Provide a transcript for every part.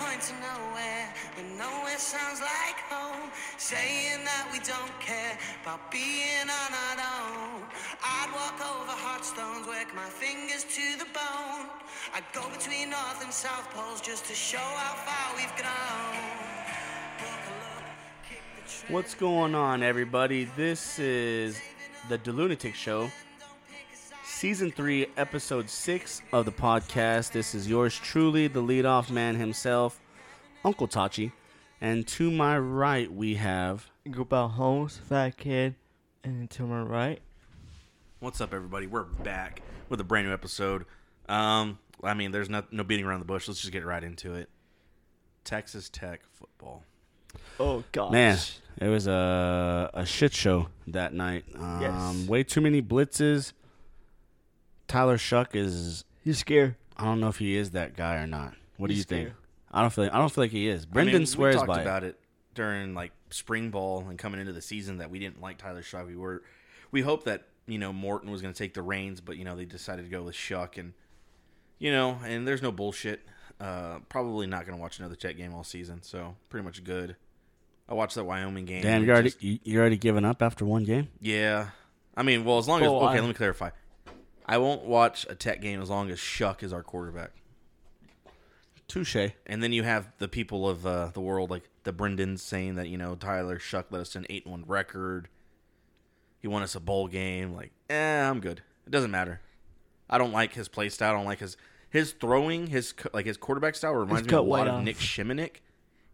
going to nowhere, and nowhere sounds like home. Saying that we don't care about being on our own. I'd walk over hot stones, work my fingers to the bone. I'd go between north and south poles just to show how far we've grown. Buckle up, kick the What's trend. going on, everybody? This is the Delunatic Show, Season 3, Episode 6 of the podcast. This is yours truly, the leadoff man himself, Uncle Tachi. And to my right, we have. Goodbye, Holmes, Fat Kid, and to my right. What's up, everybody? We're back with a brand new episode. Um, I mean, there's no, no beating around the bush. Let's just get right into it. Texas Tech football. Oh gosh. Man, it was a, a shit show that night. Um, Yes. Way too many blitzes. Tyler Shuck is. You scared. I don't know if he is that guy or not. What do He's you think? scared. I don't feel. Like, I don't feel like he is. I mean, Brendan swears we talked by it. about it. during like spring ball and coming into the season that we didn't like Tyler Shuck. We were we hoped that you know Morton was going to take the reins, but you know they decided to go with Shuck and you know and there's no bullshit. Uh, probably not going to watch another Tech game all season. So pretty much good. I watched that Wyoming game. Damn, and you it already just- you, you already given up after one game. Yeah. I mean, well, as long as Well, okay, I- let me clarify. I won't watch a Tech game as long as Shuck is our quarterback, Touche. and then you have the people of uh, the world like the Brendans saying that you know Tyler Shuck led us to an eight one record. He won us a bowl game. Like, eh, I'm good. It doesn't matter. I don't like his play style. I don't like his his throwing. His co- like his quarterback style reminds me a cut way lot of off. Nick Shimonick,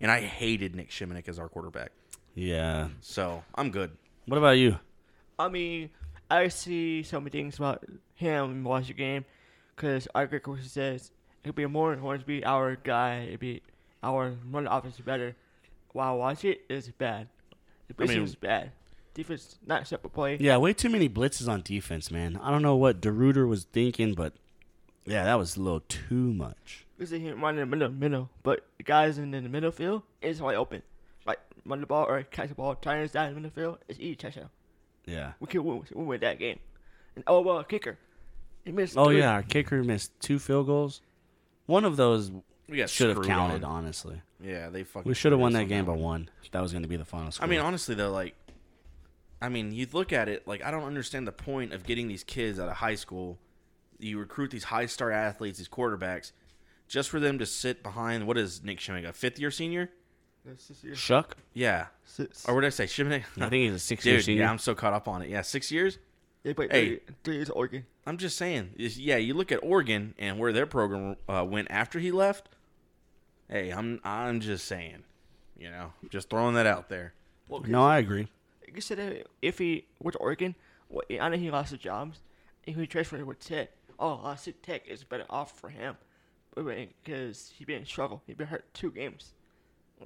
and I hated Nick Shimonick as our quarterback. Yeah. So I'm good. What about you? I mean, I see some things about him and watch the game, because I agree with what he says. It could be more important to be our guy. It'd be our run offense is better. While I watch it, it's bad. The I mean- position is bad. Defense not set for play. Yeah, way too many blitzes on defense, man. I don't know what DeRuiter was thinking, but yeah, that was a little too much. We see him running in the middle, middle, but the guys in the middle field is wide open. Like run the ball or catch the ball, trying to down in the middle field, it's easy touchdown. Yeah. We could win, win with that game. And oh well, kicker, he missed. Oh three. yeah, our kicker missed two field goals. One of those We got should have screwed on. counted, honestly. Yeah, they fucking. We should have screwed won us that on game by one. one. That was going to be the final score. I mean, honestly though, like, I mean, you look at it like I don't understand the point of getting these kids out of high school. You recruit these high star athletes, these quarterbacks, just for them to sit behind what is Nick Shimmick, a fifth year senior? That's just your Shuck. Yeah, six. or what did I say, Shimmick? I think he's a six-year Dude, senior. yeah, I'm so caught up on it. Yeah, six years. They played hey. three, three years at Oregon. I'm just saying. is- Yeah, you look at Oregon and where their program uh, went after he left. Hey, I'm I'm just saying, you know, just throwing that out there. no, I agree. You said that if he went to Oregon, well, I know he lost his jobs. If he transferred with Tech, oh, lost to Tech is better off for him, because he been in struggle. He been hurt two games,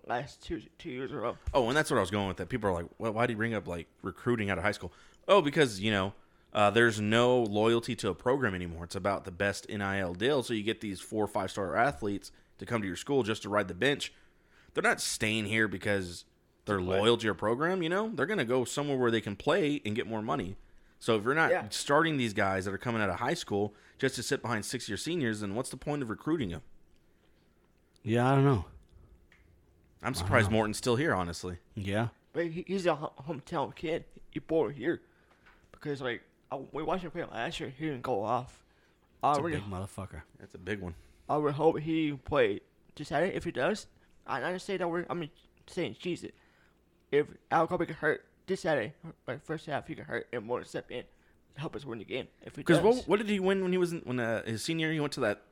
last two two years in a row. Oh, and that's what I was going with. That people are like, well, why do you bring up like recruiting out of high school? Oh, because you know, uh, there's no loyalty to a program anymore. It's about the best nil deal. So you get these four or five star athletes to come to your school just to ride the bench. They're not staying here because they're loyal to your program. You know, they're gonna go somewhere where they can play and get more money. So if you're not Yeah. starting these guys that are coming out of high school just to sit behind six year seniors, then what's the point of recruiting them? Yeah, I don't know. I'm surprised Morton's still here, honestly. Yeah. But he, he's a ho- hometown kid. He born here, because like I, we watched him play last year. He didn't go off. I Oh, It's a really, big motherfucker. That's a big one. I would hope he played this Saturday. If he does, I not say that we're. I'm mean, saying Jesus. If Al Kobe get hurt this Saturday, like first half, he get hurt and more step in, help us win the game. If he does, Because what, what did he win when he was in, when uh, his senior? year? He went to that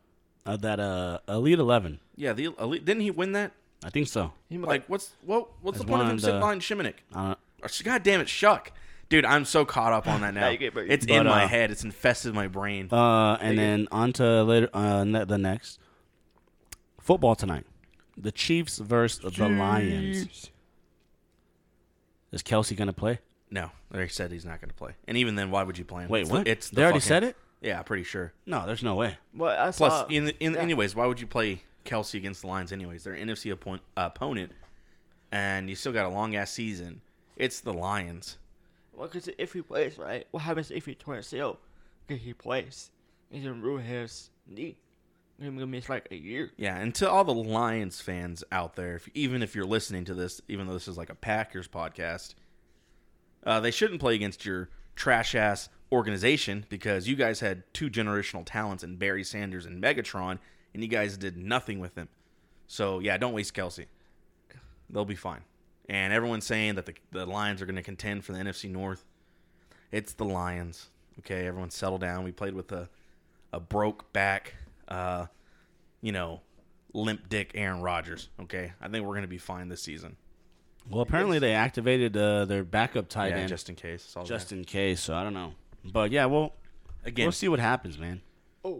Uh, that uh, Elite 11. yeah the elite. Didn't he win that? I think so. he might- Like what's what what's the That's point one of of him sitting the- behind Shimonik? I don't Or sh- God damn it, Shuck, dude! I'm so caught up on that now. you get- but- it's but, in my uh, head. It's infested my brain. Uh, and then on to later uh, ne- the next football tonight. The Chiefs versus the Lions. Is Kelsey gonna play? no, they said he's not going to play. And even then, why would you play him? Wait, it's what? The, it's the They already fucking- said it? Yeah, I'm pretty sure. No, there's no way. Well, I saw, Plus, in, in uh, yeah. anyways, why would you play Kelsey against the Lions? Anyways, they're an NFC oppo- opponent, and you still got a long ass season. It's the Lions. Well, because if he plays, right, what happens if he torn his ACL? Because he plays, he's gonna ruin his knee. Him gonna miss like a year. Yeah, and to all the Lions fans out there, if, even if you're listening to this, even though this is like a Packers podcast, uh, they shouldn't play against your trash ass organization because you guys had two generational talents in Barry Sanders and Megatron, and you guys did nothing with them. So yeah, don't waste Kelsey. They'll be fine. And everyone's saying that the, the Lions are going to contend for the NFC North. It's the Lions. Okay, everyone settle down. We played with a a broke back. Uh, you know, limp dick Aaron Rodgers. Okay, I think we're gonna be fine this season. Well, apparently they activated uh, their backup tight yeah, end just, just in case. It's all good. in case. So I don't know, but yeah, well, again, we'll see what happens, man.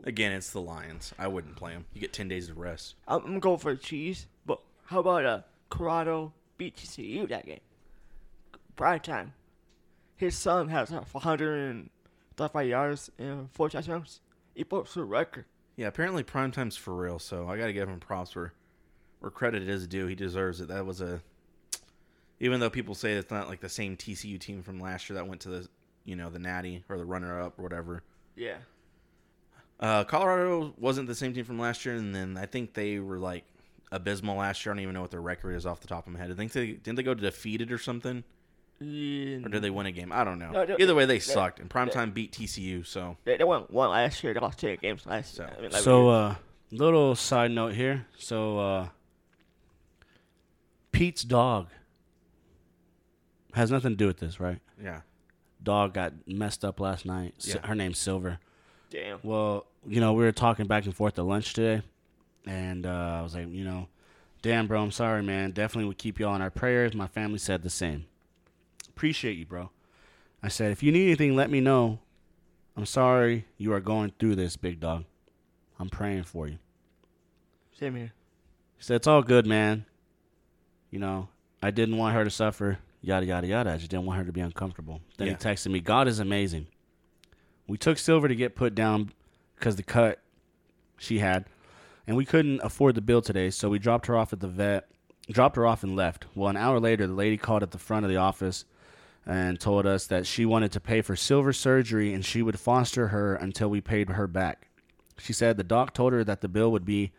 again, it's the Lions. I wouldn't play them. You get ten days of rest. I'm, I'm going for cheese, but how about uh Corrado beat TCU that game? Prime time. His son has uh, 435 yards and four touchdowns. He broke the record. Yeah, apparently primetime's for real. So I gotta give him props for where credit is due. He deserves it. That was a even though people say it's not like the same TCU team from last year that went to the you know the Natty or the runner up or whatever. Yeah. Uh, Colorado wasn't the same team from last year, and then I think they were like abysmal last year. I don't even know what their record is off the top of my head. I think they didn't they go defeated or something, And or did they win a game? I don't know. No, they- Either way, they they- sucked, and primetime beat TCU. So they, they won one last year. They lost 10 games last So- year. I mean, like, so, uh, little side note here. So, uh, Pete's dog has nothing to do with this, right? yeah, Dog got messed up last night. Si- Yeah. Her name's Silver. damn. Well, you know, we were talking back and forth at lunch today, and uh, I was like, you know, damn, bro, I'm sorry, man. Definitely would keep y'all in our prayers. My family said the same. Appreciate you, bro. I said, if you need anything, let me know. I'm sorry you are going through this, big dog. I'm praying for you. Same here. She said, It's all good, man. You know, I didn't want her to suffer, yada, yada, yada. I just didn't want her to be uncomfortable. Then Yeah. he texted me, God is amazing. We took Silver to get put down because the cut she had, and we couldn't afford the bill today, so we dropped her off at the vet, dropped her off and left. Well, an hour later, the lady called at the front of the office and told us that she wanted to pay for Silver's surgery and she would foster her until we paid her back. She said the doc told her that the bill would be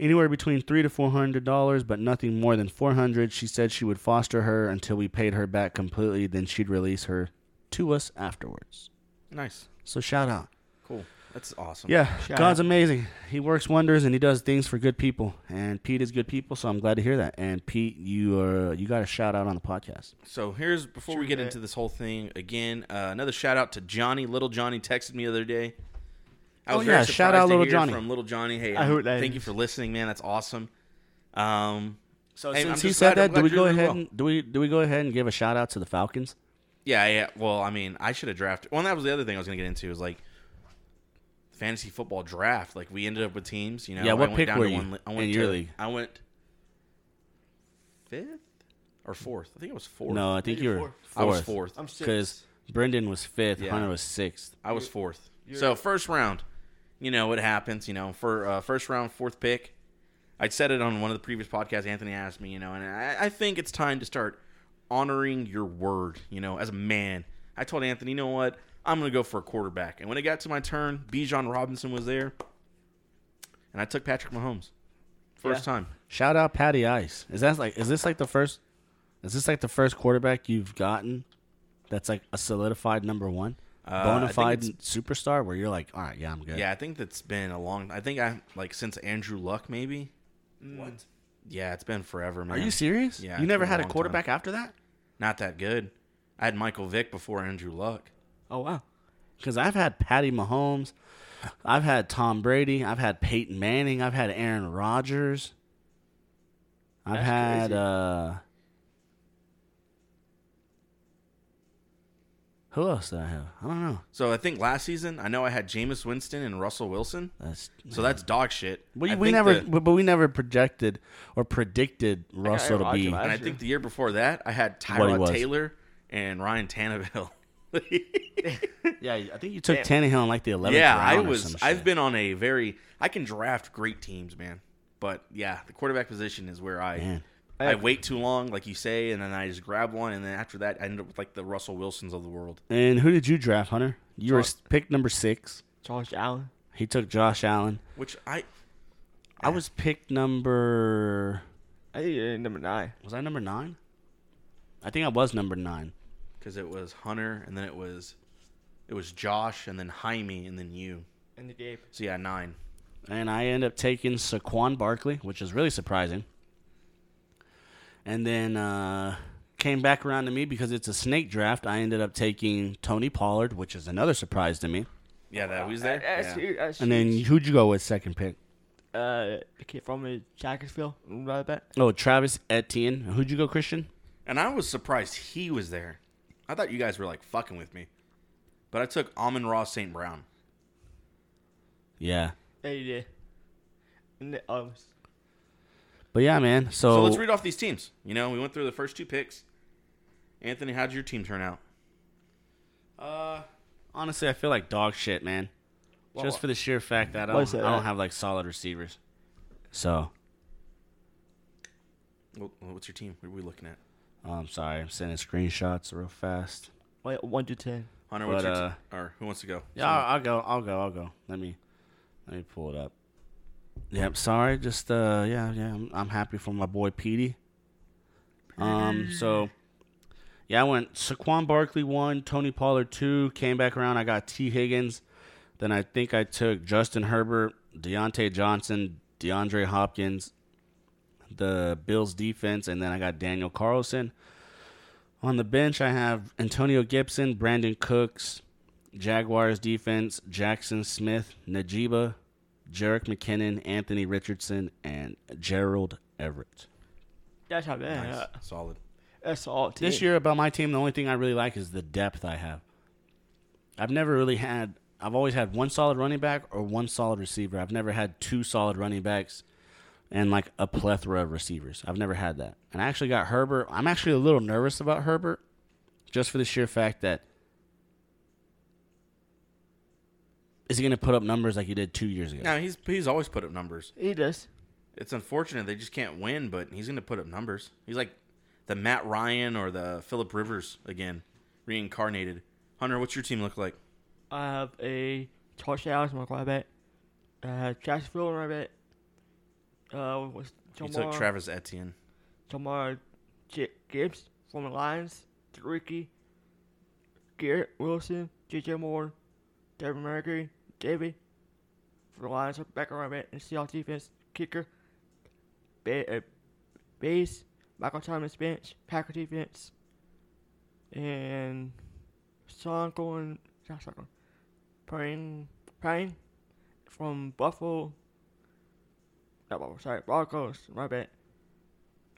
anywhere between three to four hundred dollars, but nothing more than four hundred. She said she would foster her until we paid her back completely, then she'd release her to us afterwards. nice, So shout out. cool, that's awesome. Yeah, Shout God's out. amazing. He works wonders and he does things for good people. And Pete is good people, so I'm glad to hear that. And Pete, you are you got a shout out on the podcast. So here's before we True get that. into this whole thing again, uh, another shout out to Johnny. Little Johnny texted me the other day. I Oh, very yeah, shout surprised out to Little hear Johnny. from Little Johnny. Hey, I um, heard that. thank you for listening, man. That's awesome. Um, So Hey, I'm since he just said glad- that, do I'm glad we you're go doing ahead well. and do we do we go ahead and give a shout out to the Falcons? Yeah, yeah. Well, I mean, I should have drafted. Well, that was the other thing I was going to get into is like fantasy football draft. Like we ended up with teams. You know, Yeah, I what went pick down were to you one, li- I went in your to- league? I went fifth or fourth. I think it was fourth. No, I think you were fourth. fourth. I was fourth. I'm six. because Brendan was fifth, Yeah. Hunter was sixth. I was fourth. So first round, you know it happens. You know for uh, first round, fourth pick. I said it on one of the previous podcasts. Anthony asked me, you know, and I, I think it's time to start honoring your word. You know, as a man, I told Anthony, you know what, I'm going to go for a quarterback. And when it got to my turn, Bijan Robinson was there, and I took Patrick Mahomes. First time. Shout out Patty Ice. Is that like is this like the first is this like the first quarterback you've gotten that's like a solidified number one? Uh, I bona think fide it's- superstar where you're like, all right, yeah, I'm good. Yeah, I think that's been a long. I think I like since Andrew Luck, maybe. What? Yeah, it's been forever, Are man. you serious? Yeah, You it's never been a had a long time. quarterback after that? not that good. I had Michael Vick before Andrew Luck. Oh, wow. Because I've had Patty Mahomes, I've had Tom Brady, I've had Peyton Manning, I've had Aaron Rodgers, I've That's had crazy. uh, who else did I have? I don't know. So I think last season, I know I had Jameis Winston and Russell Wilson. That's So that's dog shit. We, I we think never, the- but but we never projected or predicted Russell to Aaron be. Rodgers. and I think the year before that, I had What he Tyrod was. Taylor and Ryan Tannehill. Yeah, I think you took Tannehill in like the 11th yeah, round. I or was. some I've shit. been on a very. I can draft great teams, man. But yeah, the quarterback position is where I. Man. I wait too long, like you say, and then I just grab one, and then after that, I end up with like the Russell Wilsons of the world. And who did you draft, Hunter? You were Josh- pick number six. Josh Allen. He took Josh Allen. Which I I was picked number. I think you're number nine. Was I number nine? I think I was number nine. because it was Hunter, and then it was it was Josh, and then Jaime, and then you. And the Gabe. So yeah, nine. and I end up taking Saquon Barkley, which is really surprising. And then uh, came back around to me because it's a snake draft. I ended up taking Tony Pollard, which is another surprise to me. Yeah, that was That, there. that's Yeah. huge. That's And then huge. who'd you go with second pick? uh, the kid from Jacksonville, right bet. Oh, Travis Etienne. Who'd you go, Christian? And I was surprised he was there. I thought you guys were like fucking with me, but I took Amon Ross St. Brown. Yeah. Yeah, you did. And the, um, But yeah, man. So, So let's read off these teams. You know, we went through the first two picks. Anthony, how'd your team turn out? honestly, I feel like dog shit, man. Just for the sheer fact that I Why don't, is that? I don't have like solid receivers. So Well, What's your team? What are we looking at? I'm sorry. I'm sending screenshots real fast. wait, one to ten. Hunter, what's But, your uh, team? Or who wants to go? Yeah, I'll, I'll go. I'll go. I'll go. Let me, let me pull it up. Yep. Sorry. Just uh. Yeah. Yeah. I'm, I'm happy for my boy Petey. Um. So, yeah, I went Saquon Barkley one, Tony Pollard two. Came back around. I got T Higgins. Then I think I took Justin Herbert, Deontay Johnson, DeAndre Hopkins, the Bills defense, and then I got Daniel Carlson. On the bench, I have Antonio Gibson, Brandon Cooks, Jaguars defense, Jackson Smith, Najiba, Jarek McKinnon, Anthony Richardson, and Gerald Everett. That's not bad. Nice. Uh, Solid. that's all. This year about my team, the only thing I really like is the depth I have. I've never really had I've always had one solid running back or one solid receiver. I've never had two solid running backs and like a plethora of receivers. I've never had that. And I actually got Herbert. I'm actually a little nervous about Herbert just for the sheer fact that is he going to put up numbers like he did 2 years ago? Now he's he's always put up numbers. he does. It's unfortunate they just can't win, but he's going to put up numbers. He's like the Matt Ryan or the Philip Rivers again, reincarnated. Hunter, what's your team look like? I have a Josh Allen, my quarterback. Uh, Jacksonville, my bet. Uh, what's You took Jamar? Travis Etienne. Jamar J- Gibbs from the Lions. Ricky. Garrett Wilson. J.J. Moore. Devin Mercury. David. For the Lions, back around bet. And Seahawks defense. Kicker. Ba- uh, base. Michael Thomas bench. Packer defense. And Sean going. Not Sean going. Praying. Praying. From Buffalo. Not Buffalo, sorry. Broncos. My bad.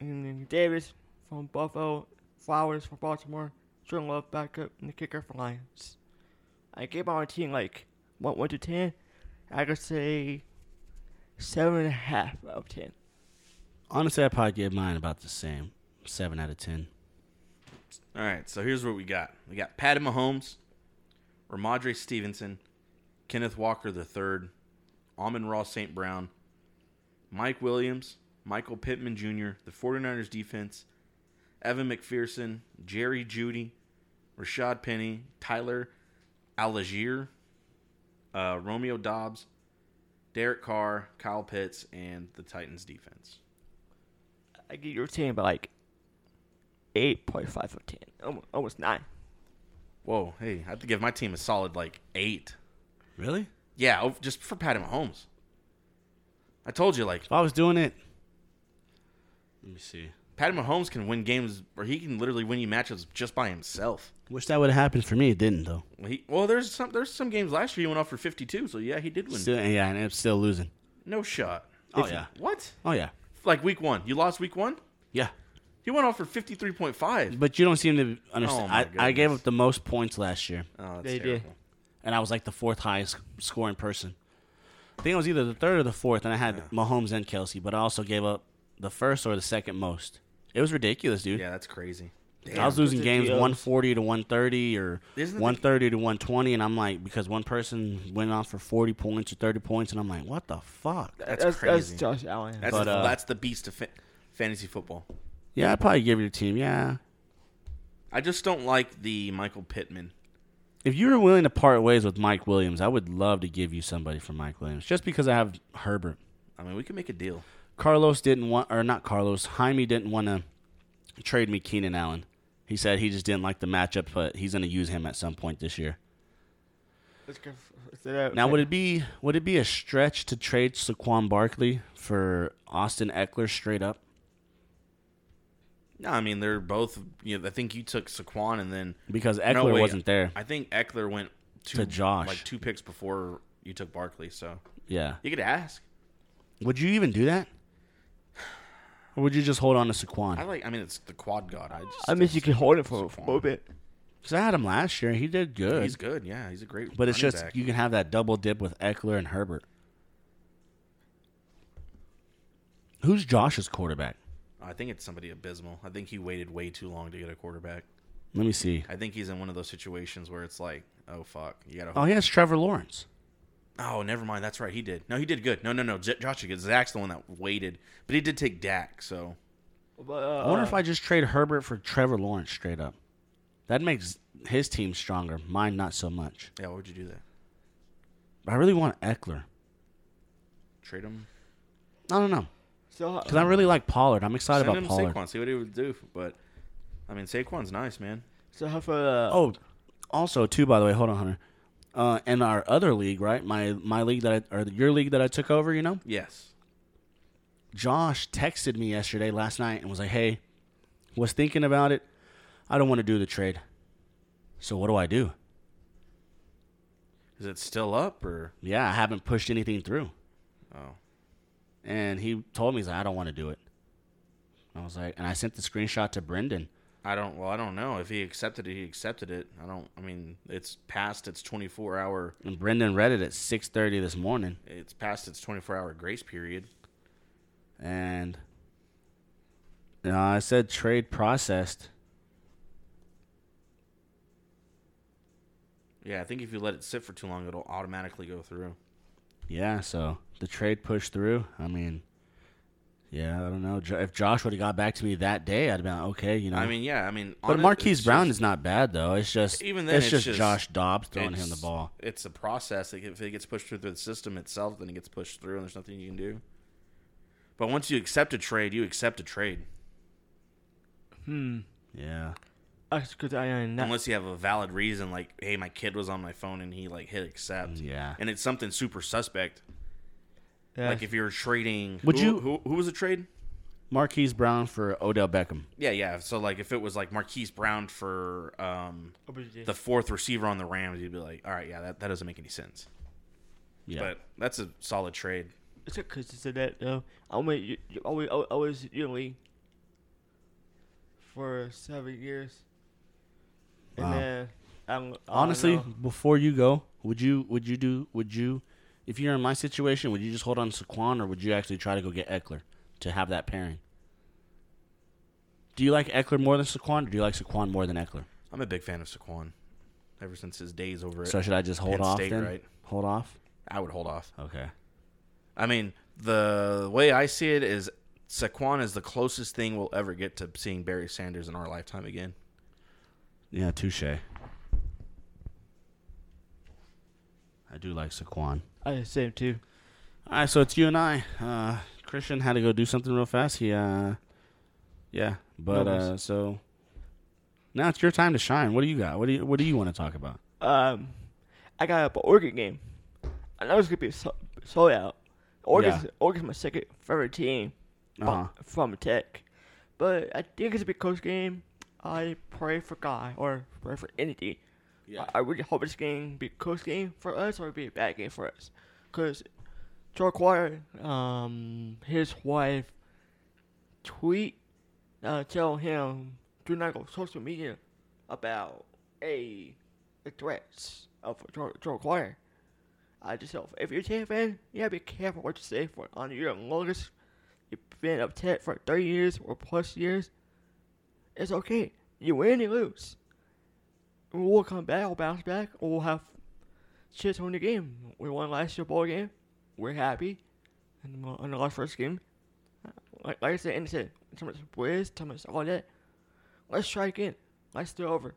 And then Davis from Buffalo, Flowers from Baltimore, Jordan Love backup, and the kicker for Lions. I gave my team like one, one to ten. I could say seven and a half out of ten. Honestly, I probably give mine about the same. 7 out of 10. All right, so here's what we got. We got Patty Mahomes, Ramadre Stevenson, Kenneth Walker III, Amon Ross St. Brown, Mike Williams, Michael Pittman Jr., the 49ers defense, Evan McPherson, Jerry Judy, Rashad Penny, Tyler Algier, uh, Romeo Dobbs, Derek Carr, Kyle Pitts, and the Titans defense. I give your team by like eight point five out of ten, almost, almost nine. Whoa, hey, I have to give my team a solid like eight. Really? Yeah, ov- just for Patty Mahomes. I told you, like If I was doing it, let me see. Patty Mahomes can win games, or he can literally win you matchups just by himself. Wish that would have happened for me. It didn't though. Well, He, well, there's some there's some games last year he went off for 52, so yeah, he did win. Still, yeah, and I'm still losing. no shot. Oh yeah. What? Oh yeah. Like week one, you lost week one. Yeah. He went off for 53.5. But you don't seem to Oh, understand. my I, I gave goodness. up the most points last year, Oh, that's They did. terrible. and I was like the fourth highest scoring person. I think I was either the third or the fourth, and I had Mahomes and Kelsey, but I also gave up the first or the second most. It was ridiculous, dude. Yeah, that's crazy. I was losing Those are games deals. 140 to 130 or Isn't it the- 130 to 120, and I'm like, because one person went off for 40 points or 30 points, and I'm like, what the fuck? That's that's crazy. Josh Allen. That's But, uh, that's the beast of fa- fantasy football. Yeah, I'd probably give your team, yeah, I just don't like the Michael Pittman. If you were willing to part ways with Mike Williams, I would love to give you somebody for Mike Williams just because I have Herbert. I mean, we could make a deal. Carlos didn't want, or not Carlos, Jaime didn't want to trade me Keenan Allen. He said he just didn't like the matchup, but he's going to use him at some point this year. Let's go. Let's do that. Now, would it be would it be a stretch to trade Saquon Barkley for Austin Eckler straight up? No, I mean they're both. You know, I think you took Saquon and then Because No, Eckler wait, wasn't there. I think Eckler went two, To Josh. like two picks before you took Barkley. So Yeah. you could ask. Would you even do that? Or would you just hold on to I Saquon? like. I mean, it's the quad god. I just. I mean, you can hold it for a Saquon. little bit. Because I had him last year and he did good. he's good. Yeah, he's a great. but it's running just back. you can have that double dip with Eckler and Herbert. Who's Josh's quarterback? I think it's somebody abysmal. I think he waited way too long to get a quarterback. Let me see. I think he's in one of those situations where it's like, oh fuck, you gotta. Oh, he has Trevor Lawrence. Oh, never mind. That's right. He did. No, he did good. No, no, no. J- Josh did good. Zach's the one that waited, but he did take Dak. So But, uh, I wonder if I just trade Herbert for Trevor Lawrence straight up. That makes his team stronger. Mine not so much. yeah, why would you do that? But I really want Eckler. Trade him. I don't know so, because I really like Pollard. I'm excited Uh, Send about him Pollard. Saquon. See what he would do. But I mean, Saquon's nice, man. so how for uh, Oh, also too. By the way, hold on, Hunter. Uh, and our other league, right? My my league that I, or your league that I took over. You know, Yes. Josh texted me yesterday, last night, and was like, "Hey, was thinking about it. I don't want to do the trade. So what do I do? Is it still up or? Yeah, I haven't pushed anything through." Oh, And he told me, he's like, "I don't want to do it." I was like, and I sent the screenshot to Brendan. I don't. Well, I don't know if he accepted it. He accepted it. I don't. I mean, it's past its 24 hour. And Brendan read it at 6:30 this morning, It's past its 24 hour grace period. and uh, I said trade processed. Yeah, I think if you let it sit for too long, it'll automatically go through. Yeah, so the trade pushed through. I mean, yeah, I don't know. Jo- If Josh would have got back to me that day, I'd have been like, okay, you know. I mean, yeah. I mean, but honest- Marquise it's Brown just- is not bad though. It's just Even then, it's, it's just, just- Josh Dobbs throwing him the it's- ball. It's a process. Like, If it gets pushed through the system itself, then it gets pushed through, and there's nothing you can do. But once you accept a trade, you accept a trade, Yeah, because I uh, am not. unless you have a valid reason. Like, hey, my kid was on my phone and he like hit accept. Mm, Yeah. and it's something super suspect. Like if you're trading, Would who- you- Who, who was a trade? Marquise Brown for Odell Beckham. Yeah, yeah. So like, if it was like Marquise Brown for um, the the fourth receiver on the Rams, you'd be like, all right, yeah, that, that doesn't make any sense. Yeah, But that's a solid trade. it's because it's that though. I went, you, you, I was, I was yearly for seven years, and Wow. then I don't, I don't honestly, know. before you go, would you would you do would you if you're in my situation, would you just hold on to Saquon or would you actually try to go get Eckler to have that pairing? Do you like Eckler more than Saquon, or do you like Saquon more than Eckler? I'm a big fan of Saquon. Ever since his days over at So should I just hold Penn off State, then? right? Hold off. I would hold off. Okay. I mean, the way I see it is Saquon is the closest thing we'll ever get to seeing Barry Sanders in our lifetime again. Yeah, touche. I do like Saquon. I the same too. All right, so it's you and I. Uh, Christian had to go do something real fast. He, uh, yeah, but No worries. uh, so now it's your time to shine. What do you got? What do you What do you want to talk about? Um, I got up an Oregon game. I know it's gonna be so, sold out. Oregon's, Yeah. Oregon's my second favorite team bu- Uh-huh. from Tech, but I think it's a big close game. I pray for God or pray for anything. Yeah. I, I really hope this game be a close game for us or be a bad game for us, because Charquair, um, his wife, tweet, uh, tell him do not go social media about a the threats of Charquair. I just hope if you're a Tech fan, you gotta be careful what you say for on your longest. You've been up Tech for 30 years or plus years. It's okay. You win, you lose we'll come back, we'll bounce back, or we'll have shit on the game. We won last year ball game. We're happy. And we on the last first game. Like, like I said, and I said, Thomas Wiz, Thomas, all that. Let's try again. Let's do it over.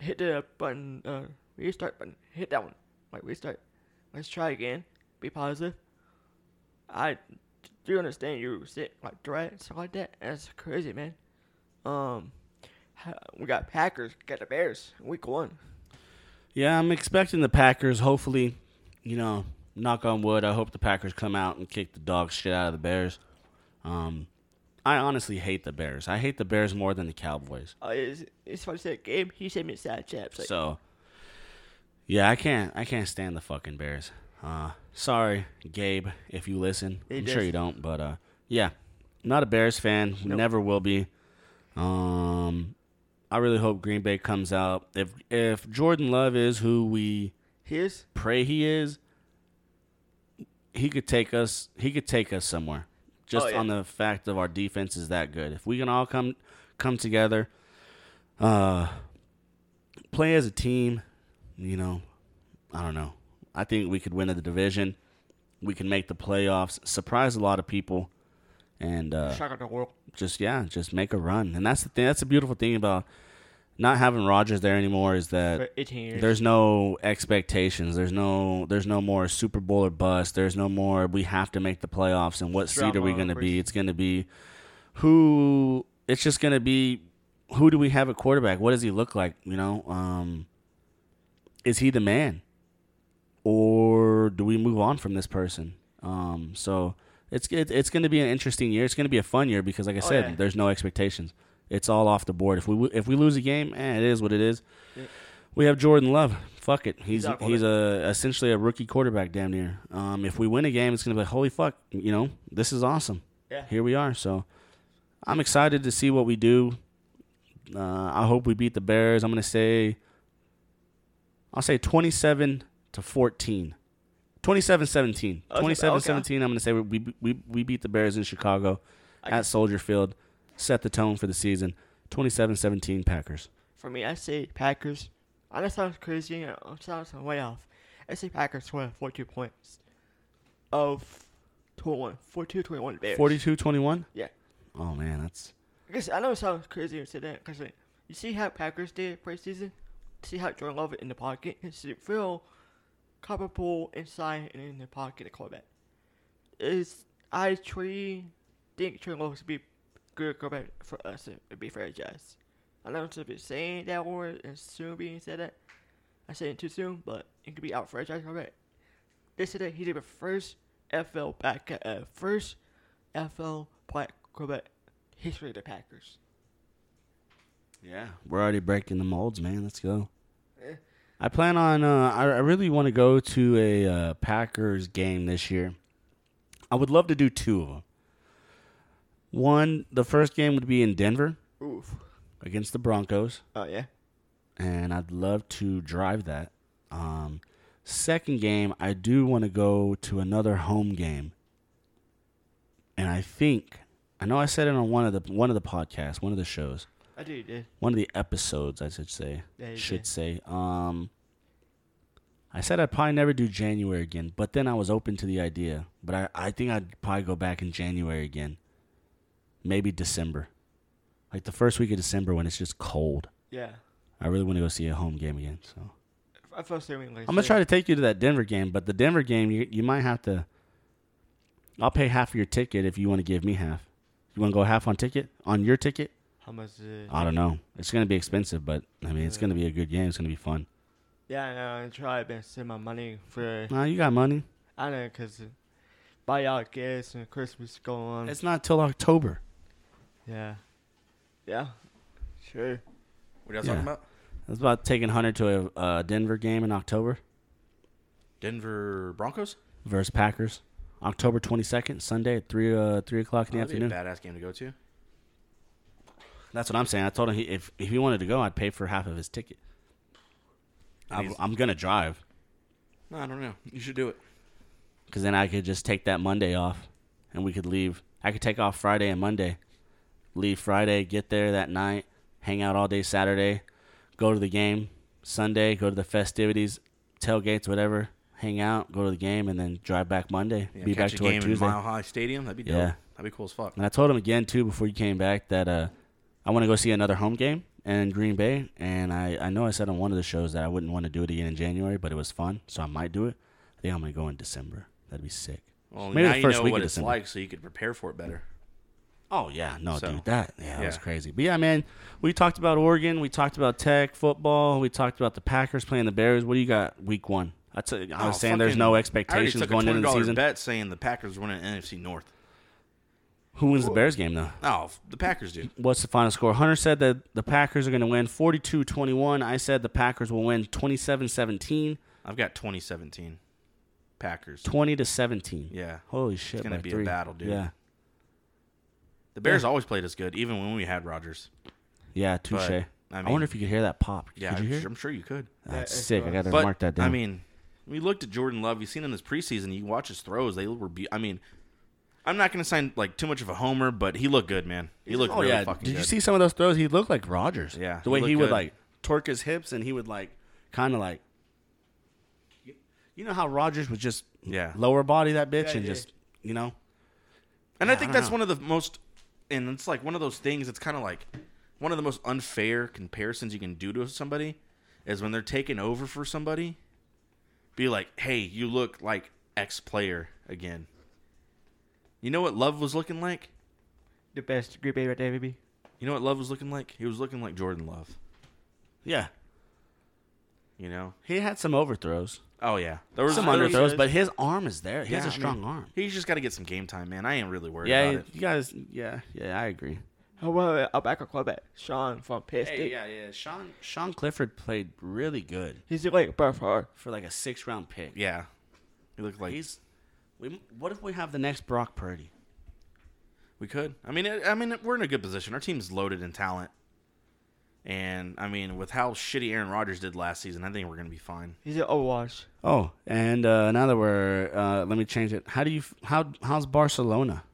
Hit the button, uh, restart button. Hit that one. Like, restart. Let's try again. Be positive. I do understand you were sick, like threat and stuff like that. That's crazy, man. Um, ha- we got Packers, got the Bears, week one. Yeah, I'm expecting the Packers. Hopefully, you know, knock on wood. I hope the Packers come out and kick the dog shit out of the Bears. Um, I honestly hate the Bears. I hate the Bears more than the Cowboys. Uh, it's, it's funny to say game. He sent me sad chaps. Like, So, yeah, I can't. I can't stand the fucking Bears. Uh, sorry, Gabe, if you listen. He I'm sure does. you don't, but uh, yeah, not a Bears fan. Never will be. Um, I really hope Green Bay comes out. If if Jordan Love is who we his pray he is, he could take us. He could take us somewhere. Just Oh, yeah. on the fact of our defense is that good. If we can all come come together, uh, play as a team, you know, I don't know. I think we could win the division. We can make the playoffs. Surprise a lot of people, and uh, shock of the world. just yeah, just make a run. And that's the thing. That's the beautiful thing about not having Rogers there anymore is that For 18 years. uh, there's no expectations. There's no there's no more Super Bowl or bust. There's no more we have to make the playoffs and what seed are we Drama, going to be? preseason. It's going to be who it's just going to be who do we have at quarterback? What does he look like, you know? Um is he the man? Or do we move on from this person? Um so it's it, it's going to be an interesting year. It's going to be a fun year because like I Oh, said, yeah. there's no expectations. It's all off the board. If we w- if we lose a game, eh, it is what it is. We have Jordan Love. Fuck it. He's Exactly. he's a essentially a rookie quarterback damn near. Um, if we win a game, it's gonna be like, holy fuck, you know, this is awesome. Yeah. Here we are. So I'm excited to see what we do. Uh, I hope we beat the Bears. I'm gonna say I'll say 27 to 14. 27-17. Okay, 27-17. I'm gonna say we, we we we beat the Bears in Chicago at Soldier Field. Set the tone for the season. 27-17 Packers. For me, I say Packers. I know it sounds crazy. and It sounds way off. I say Packers win 42 points. Of 21. 42 21 Bears. 42-21. Yeah. Oh man, that's Because I know it sounds crazy to say that. Because like, you see how Packers did preseason? See how Jordan Love in the pocket? And see Phil capable inside and in the pocket to quarterback. Is I truly think Jordan Love would be good quarterback for us to be franchise. I know to be saying that word and soon being said that. I said it too soon, but it could be out franchise quarterback. They said that he did the first FL back uh, first FL black quarterback history of the Packers. Yeah, we're already breaking the molds, man. Let's go. I plan on. Uh, I, I really want to go to a uh, Packers game this year. I would love to do two of them. One, the first game would be in Denver Oof. against the Broncos, Oh yeah. and I'd love to drive that. Um, second game, I do want to go to another home game, and I think I know I said it on one of the one of the podcasts, one of the shows I do did. one of the episodes I should say Yeah, you should did. say um I said I'd probably never do January again, but then I was open to the idea. But I, I think I'd probably go back in January again. Maybe December. Like the first week of December when it's just cold. Yeah. I really want to go see a home game again. So I felt so mean. I'm gonna try to take you to that Denver game, but the Denver game you you might have to I'll pay half of your ticket if you want to give me half. You wanna go half on ticket? On your ticket? How much uh, is it? I don't know. It's gonna be expensive, but I mean, it's gonna be a good game. It's gonna be fun. Yeah, I know. I tried to save my money for Nah, you got money. I don't know because buy out gifts and Christmas going on. It's not till October. yeah. Yeah. Sure. What are y'all Yeah. talking about? It's about taking Hunter to a uh, Denver game in October Denver Broncos? versus Packers. October twenty second, Sunday at three uh, three o'clock in the That'd be a afternoon. badass game to go to. That's what I'm saying. I told him he, if if he wanted to go, I'd pay for half of his ticket. I'm, He's- I'm gonna drive No, I don't know. You should do it. because then I could just take that Monday off, and we could leave. I could take off Friday and Monday, leave Friday, get there that night, hang out all day Saturday, go to the game Sunday, go to the festivities, tailgates, whatever, hang out, go to the game, and then drive back Monday, Yeah, be catch back a to work game in Tuesday. Mile High Stadium. That'd be dope. Yeah. That'd be cool as fuck. And I told him again too before you came back that uh, I want to go see another home game in Green Bay, and I I know I said on one of the shows that I wouldn't want to do it again in January, but it was fun, so I might do it. I think I'm gonna go in December. That'd be sick. Well, Maybe now the you first know week what of it's December. like, so you could prepare for it better. Oh yeah, no, So, dude, that yeah, that was yeah. crazy. But yeah, man, we talked about Oregon, we talked about Tech football, we talked about the Packers playing the Bears. What do you got week one? I tell you- I was Oh, saying there's fucking- no I already expectations took going a into the $20 season. bet saying the Packers winning the NFC North. Who wins the Bears game though? Oh, f- the Packers do. What's the final score? Hunter said that the Packers are going to win 42-21. I said the Packers will win 27-17, I've got 2017 Packers. 20 to 17. Yeah. Holy shit, gonna by be a three. battle, dude. Yeah. The Bears always played us good, even when we had Rodgers. Yeah, touche. I, I mean- wonder if you could hear that pop. Yeah, could you I'm, hear? sure, I'm sure you could. That's sick. I got to But mark that down. I mean, we looked at Jordan Love. You've seen him this preseason. You watch his throws; they were. Be- I mean, I'm not going to sign like too much of a homer, but he looked good, man. He looked Oh really yeah! fucking Did good. you see some of those throws? He looked like Rogers. Yeah, the way he he looked would good. like torque his hips, and he would like kind of like, you know how Rogers would just Yeah. lower body that bitch and yeah. just you know And I think I don't that's know. one of the most, and it's like one of those things. It's kind of like one of the most unfair comparisons you can do to somebody is when they're taking over for somebody. Be like, hey, you look like X player again. You know what Love was looking like? The best Green Bay right there, baby. You know what Love was looking like? He was looking like Jordan Love. yeah. You know? He had some overthrows, Oh yeah, there was some there was- underthrows, but his arm is there. He has Yeah, a I strong mean, arm. He's just got to get some game time, man. I ain't really worried Yeah, about it. you guys. Yeah, yeah, I agree. How about uh, our backup quarterback, Sean from Pitt State? yeah, yeah. Sean Sean Clifford played really good He's like by far. for like a six round pick. Yeah, he looked like He's. We, what if we have the next Brock Purdy? We could. I mean, it, I mean, we're in a good position. Our team's loaded in talent, and I mean, with how shitty Aaron Rodgers did last season, I think we're gonna be fine. He's an overwatch. Oh, and uh, now that we're, uh, let me change it. How do you f- how how's Barcelona?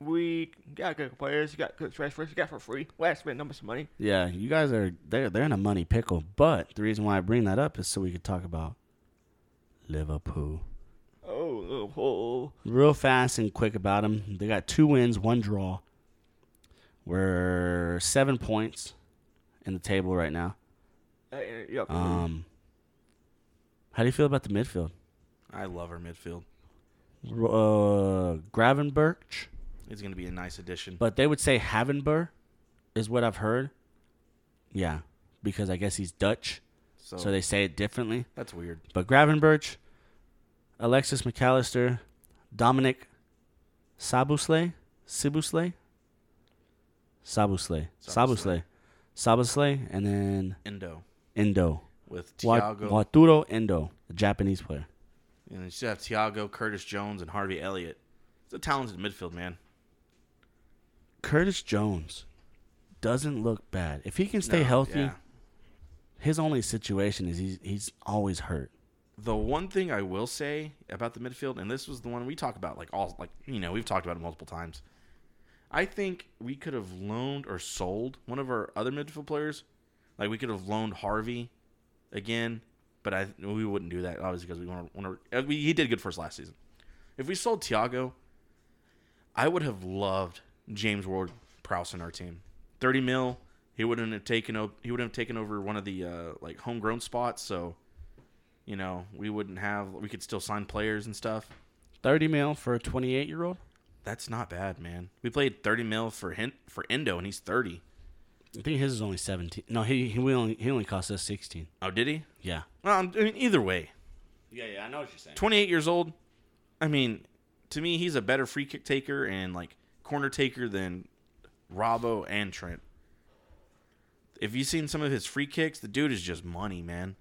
We got good players. We got good transfers. We got for free. We had to spend numbers of money. Yeah, you guys are they're they're in a money pickle. But the reason why I bring that up is so we could talk about Liverpool Oh, oh, oh. real fast and quick about them. They got two wins, one draw. We're seven points in the table right now. Uh, and- yep. Um, how do you feel about the midfield? I love our midfield. Ro- Uh, Gravenberch. It's gonna be a nice addition. But they would say Havenbur is what I've heard. Yeah, because I guess he's Dutch, So, so they say it differently. that's weird. But Gravenberch, Alexis McAllister, Dominic Sabusle, Sibusle, Sabusle, Sabusle, Sabusle. Sabusle, and then Indo Endo. with Wa- Tiago, Waturo Endo, the Japanese player. and you still have Tiago, Curtis Jones, and Harvey Elliott. It's a talented midfield, man. Curtis Jones doesn't look bad. If he can stay No, healthy, yeah. his only situation is he's, he's always hurt. The one thing I will say about the midfield, and this was the one we talk about, like all, like you know, we've talked about it multiple times. I think we could have loaned or sold one of our other midfield players. Like we could have loaned Harvey again, but I we wouldn't do that obviously because we want to. Want to we, he did good for us last season. If we sold Tiago, I would have loved James Ward Prowse in our team. Thirty mil, he wouldn't have taken. o- He wouldn't have taken over one of the uh, like homegrown spots. So, you know, we wouldn't have. We could still sign players and stuff. 30 mil for a 28 year old? That's not bad, man. We played thirty mil for him for Endo, and he's thirty. I think his is only 17. No, he he we only he only cost us 16. Oh, did he? Yeah. Well, I'm- I mean, either way, Yeah, yeah, I know what you're saying. 28 years old. I mean, to me, he's a better free kick taker and like corner taker than Robbo and Trent. If you've seen some of his free kicks, the dude is just money, man.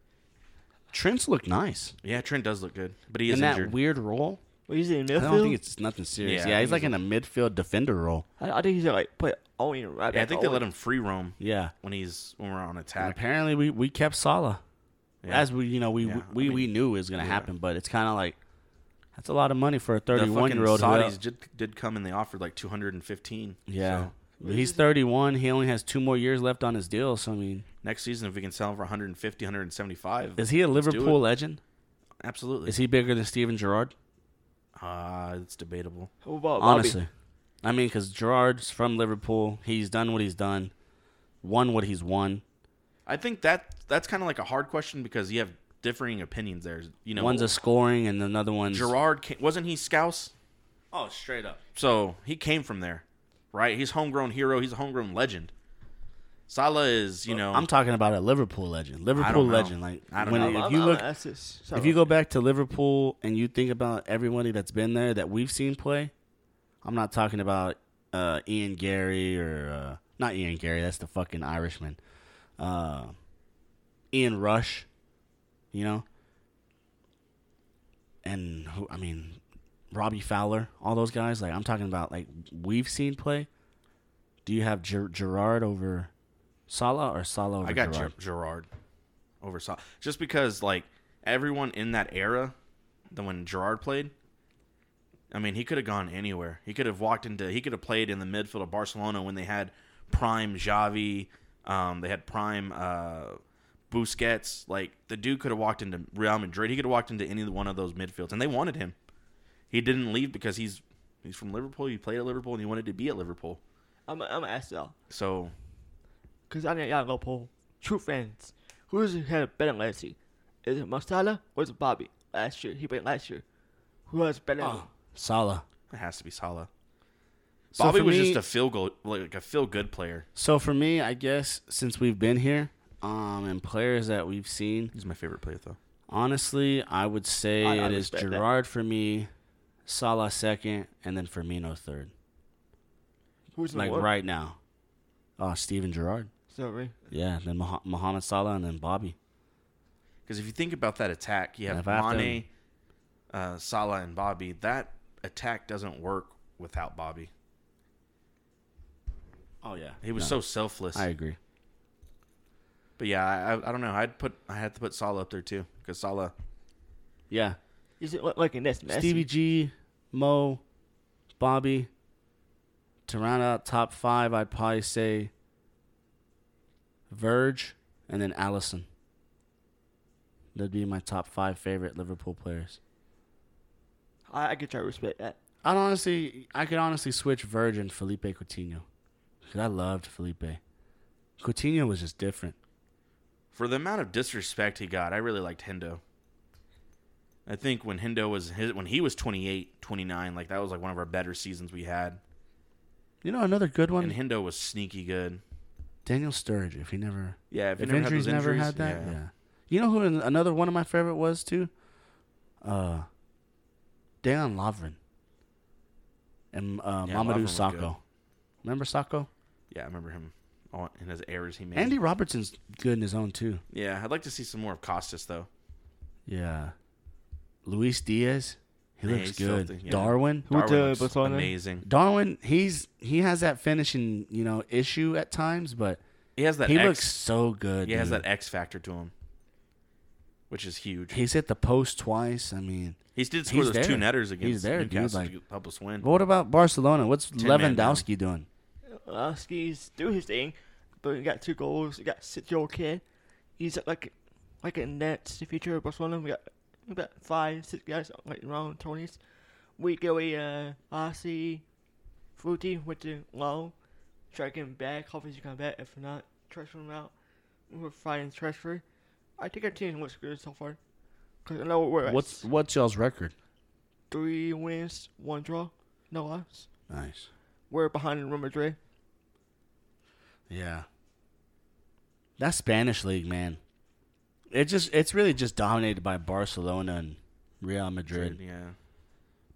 Trent's look nice Yeah, Trent does look good, but he is in that injured. weird role. Well, he's in midfield. I don't think it's nothing serious. Yeah, Yeah, I he's think like in a midfield defender role. I, I think he's like put Owen right yeah, I back think they Owen. let him free roam Yeah. when he's when we're on And attack. apparently we we kept Salah, Yeah. as we you know we Yeah, I we, we knew it was gonna happen, but it's kind of like that's a lot of money for a 31 year old. The fucking Saudis did, did come and they offered like 215. yeah. So, But He's 31. He only has two more years left on his deal. So I mean, next season, if we can sell him for 150, 175, is he a do Liverpool it. legend? absolutely. Is he bigger than Steven Gerrard? uh, it's debatable. How about Bobby? Honestly, I mean, because Gerard's from Liverpool. He's done what he's done, won what he's won. I think that that's kind of like a hard question because you have differing opinions there. You know, One's a scoring, and another one's Gerard ca- wasn't he Scouse? Oh, straight up. So he came from there, right? He's homegrown hero. He's a homegrown legend. Salah is, you know, I'm talking about a Liverpool legend. Liverpool don't know. legend. Like I don't when know. if I'm- you I'm- look that's just- so- if you go back to Liverpool and you think about everybody that's been there that we've seen play, I'm not talking about uh, Ian Gary or uh, not Ian Gary. That's the fucking Irishman. Uh, Ian Rush, you know, and who I mean, Robbie Fowler, all those guys. Like I'm talking about, like we've seen play. Do you have Ger- Gerard over Salah or Salah over I got Gerard? Gerard. Gerard over Salah just because like everyone in that era, the when Gerard played, I mean he could have gone anywhere. He could have walked into he could have played in the midfield of Barcelona when they had prime Xavi, um, they had prime uh, Busquets. Like the dude could have walked into Real Madrid. He could have walked into any one of those midfields, and they wanted him. He didn't leave because he's he's from Liverpool. He played at Liverpool, and he wanted to be at Liverpool. I'm, I'm gonna ask y'all, So cause I need y'all to go poll. True fans, who's had a better legacy? Is it Mustala or is it Bobby? Last year, he played last year. Who has better? Oh, Salah. It has to be Salah. So Bobby for was me- just a feel go like a feel good player. So for me, I guess since we've been here, um, and players that we've seen, He's my favorite player though. honestly, I would say I- I it is respect that. Gerard for me, Salah second, and then Firmino third. Who's Like number one? right now, oh Steven Gerrard, Sorry. yeah, then Moha- Mohamed Salah, and then Bobby. Because if you think about that attack, you And have if I have to- Mane, uh, Salah, and Bobby. That attack doesn't work without Bobby. Oh yeah, He was so selfless. I agree. but yeah, I, I, I don't know. I'd put I had to put Salah up there too because Salah. Yeah, Is it like in this? Messi? Stevie G, Mo, Bobby. To round out top five, I'd probably say Verge and then Allison. That'd be my top five favorite Liverpool players. I, I could try to respect that. I'd honestly, I could honestly switch Verge and Felipe Coutinho. 'Cause I loved Felipe. Coutinho was just different. for the amount of disrespect he got, I really liked Hendo. I think when Hendo was his, when he was 28, 29, like that was like one of our better seasons we had. You know, another good one, And Hendo was sneaky good. Daniel Sturridge. If he never, Yeah, if injuries never had that, yeah. You know who an- another one of my favorite was too? Uh Dan Lovren. And uh Yeah, Lovren Mamadou was good. Sakho. Remember Sacco? Yeah, I remember him all in his errors he made. Andy Robertson's good in his own too. Yeah, I'd like to see some more of Costas though. Yeah. Luis Diaz. He Yeah, looks he's good. filthy, yeah. Darwin. Who Darwin to looks Barcelona? amazing. Darwin, he's he has that finishing, you know, issue at times, but He has that. he X, looks so good. He has dude. that X factor to him, which is huge. He's hit the post twice. I mean, He did score he's those two there. netters He's against there, dude, Newcastle like- to help us win. but what about Barcelona? What's man down. Lewandowski doing? Uh, he's doing his thing, but he got two goals. He got a six-year-old kid. He's uh, like, like in that future of Barcelona. We got we got five, six guys uh, like around twenties. We go a uh, Ossie, Fruity with the low, try to get him back. Hopefully he come back. If not, transfer him out. We're fighting transfer. I think our team looks good so far. Cause I know we're at What's what's y'all's record? three wins, one draw, no loss. Nice. We're behind Real Madrid. Yeah. That Spanish league, man. It just it's really just dominated by Barcelona and Real Madrid. Yeah,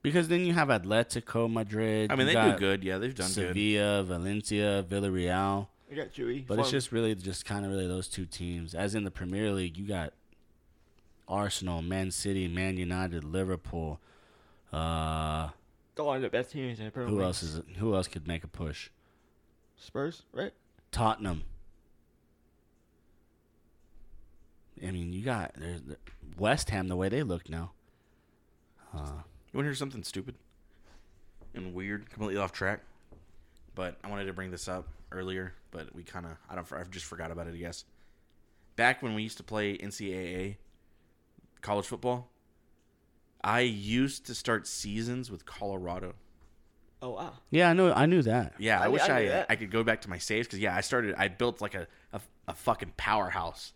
Because then you have Atletico Madrid. I mean you they do got good. Yeah, they've done good. Sevilla, Valencia, Villarreal. We got Dewey. But it's from- just really just kind of really those two teams. As in the Premier League, you got Arsenal, Man City, Man United, Liverpool. Uh, They're one of the best teams in the Premier who League. else is who else could make a push? Spurs, right? Tottenham. I mean, you got there's the- West Ham the way they look now. Uh, You want to hear something stupid and weird, completely off track? But I wanted to bring this up earlier, but we kind of I don't I just forgot about it. I guess back when we used to play NCAA college football, I used to start seasons with Colorado. Oh wow. yeah, I know, I knew that. Yeah, I, I- wish I I knew I, that. could go back to my saves because yeah, I started I built like a a, a fucking powerhouse.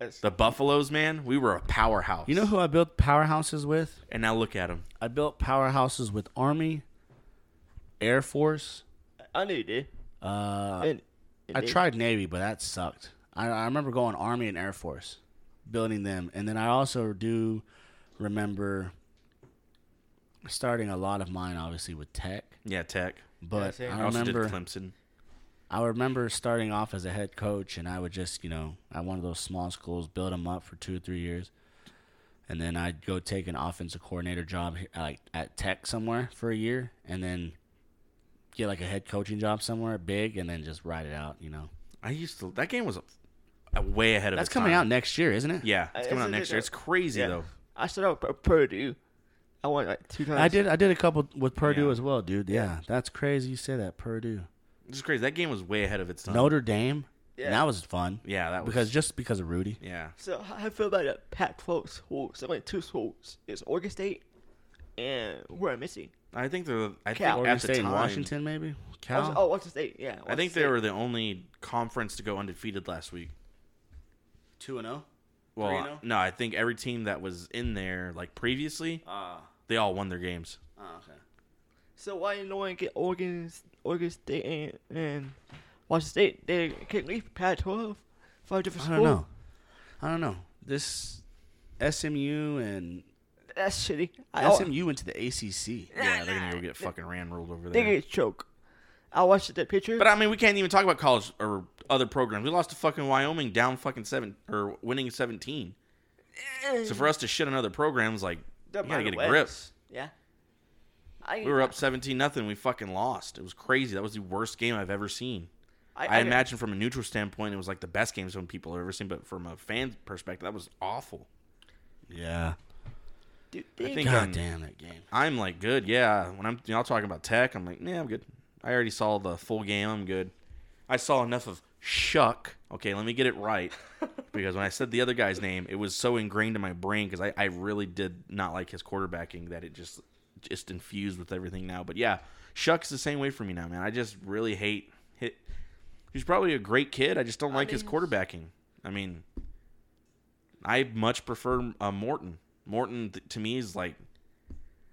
That's- The Buffaloes, man, we were a powerhouse. You know who I built powerhouses with? And now look at them. I built powerhouses with Army, Air Force. I knew you did. Uh, And, I tried Navy, but that sucked. I, I remember going Army and Air Force, building them, and then I also do remember starting a lot of mine, obviously with tech. Yeah, Tech. But same. I I also remember did Clemson. I remember starting off as a head coach, and I would just, you know, at one of those small schools, build them up for two or three years, and then I'd go take an offensive coordinator job he- like at Tech somewhere for a year, and then get like a head coaching job somewhere big, and then just ride it out. You know, I used to. That game was a, a way ahead of that's its coming time. out next year, isn't it? Yeah, Uh, it's coming out isn't next it year. a- It's crazy yeah. though. I started out at Purdue. I won like two times. I did. I did a couple with Purdue Yeah. as well, dude. Yeah, that's crazy. You say that Purdue, It's crazy. That game was way ahead of its time. Notre Dame. Yeah. that was fun Yeah, that was because just because of Rudy. yeah. So how I feel about the Pac-12 schools. There's only two schools. It's Oregon State and where I'm missing. I think they're. I think Cal. at Oregon the State and time- Washington, maybe Cal. Oh, Washington State. Yeah. I think Washington they State. were the only conference to go undefeated last week. two and oh? zero. Well, oh? 3-0? no, I think every team that was in there like previously, Ah, they all won their games. Oh, okay. So why didn't no one get Oregon, Oregon State and, and Washington State? They can't leave Pac-12. Five different I schools. don't know. I don't know. This SMU and That's shitty. I, oh, SMU went to the ACC. Yeah, they're gonna go get fucking ran ruled over They there. get choke. I watched that picture. But I mean, we can't even talk about college or other programs. We lost to fucking Wyoming, down fucking seven or winning seventeen. So for us to shit on other programs, like They're you gotta minor get wins. a grip. Yeah. I, We were up seventeen nothing. We fucking lost. It was crazy. That was the worst game I've ever seen. I, I I- imagine from a neutral standpoint, it was like the best game some people have ever seen. But from a fan's perspective, that was awful. Yeah. Dude, I they- think God I'm, damn that game. I'm like good. Yeah, when I'm y'all talking about tech, I'm like, yeah, I'm good. I already saw the full game. I'm good. I saw enough of Shuck. Okay, let me get it right because when I said the other guy's name, it was so ingrained in my brain because I, I really did not like his quarterbacking that it just just infused with everything now. But yeah, Shuck's the same way for me now, man. I just really hate hit. He's probably a great kid. I just don't like his quarterbacking. I mean, I much prefer uh, Morton. Morton th- to me is like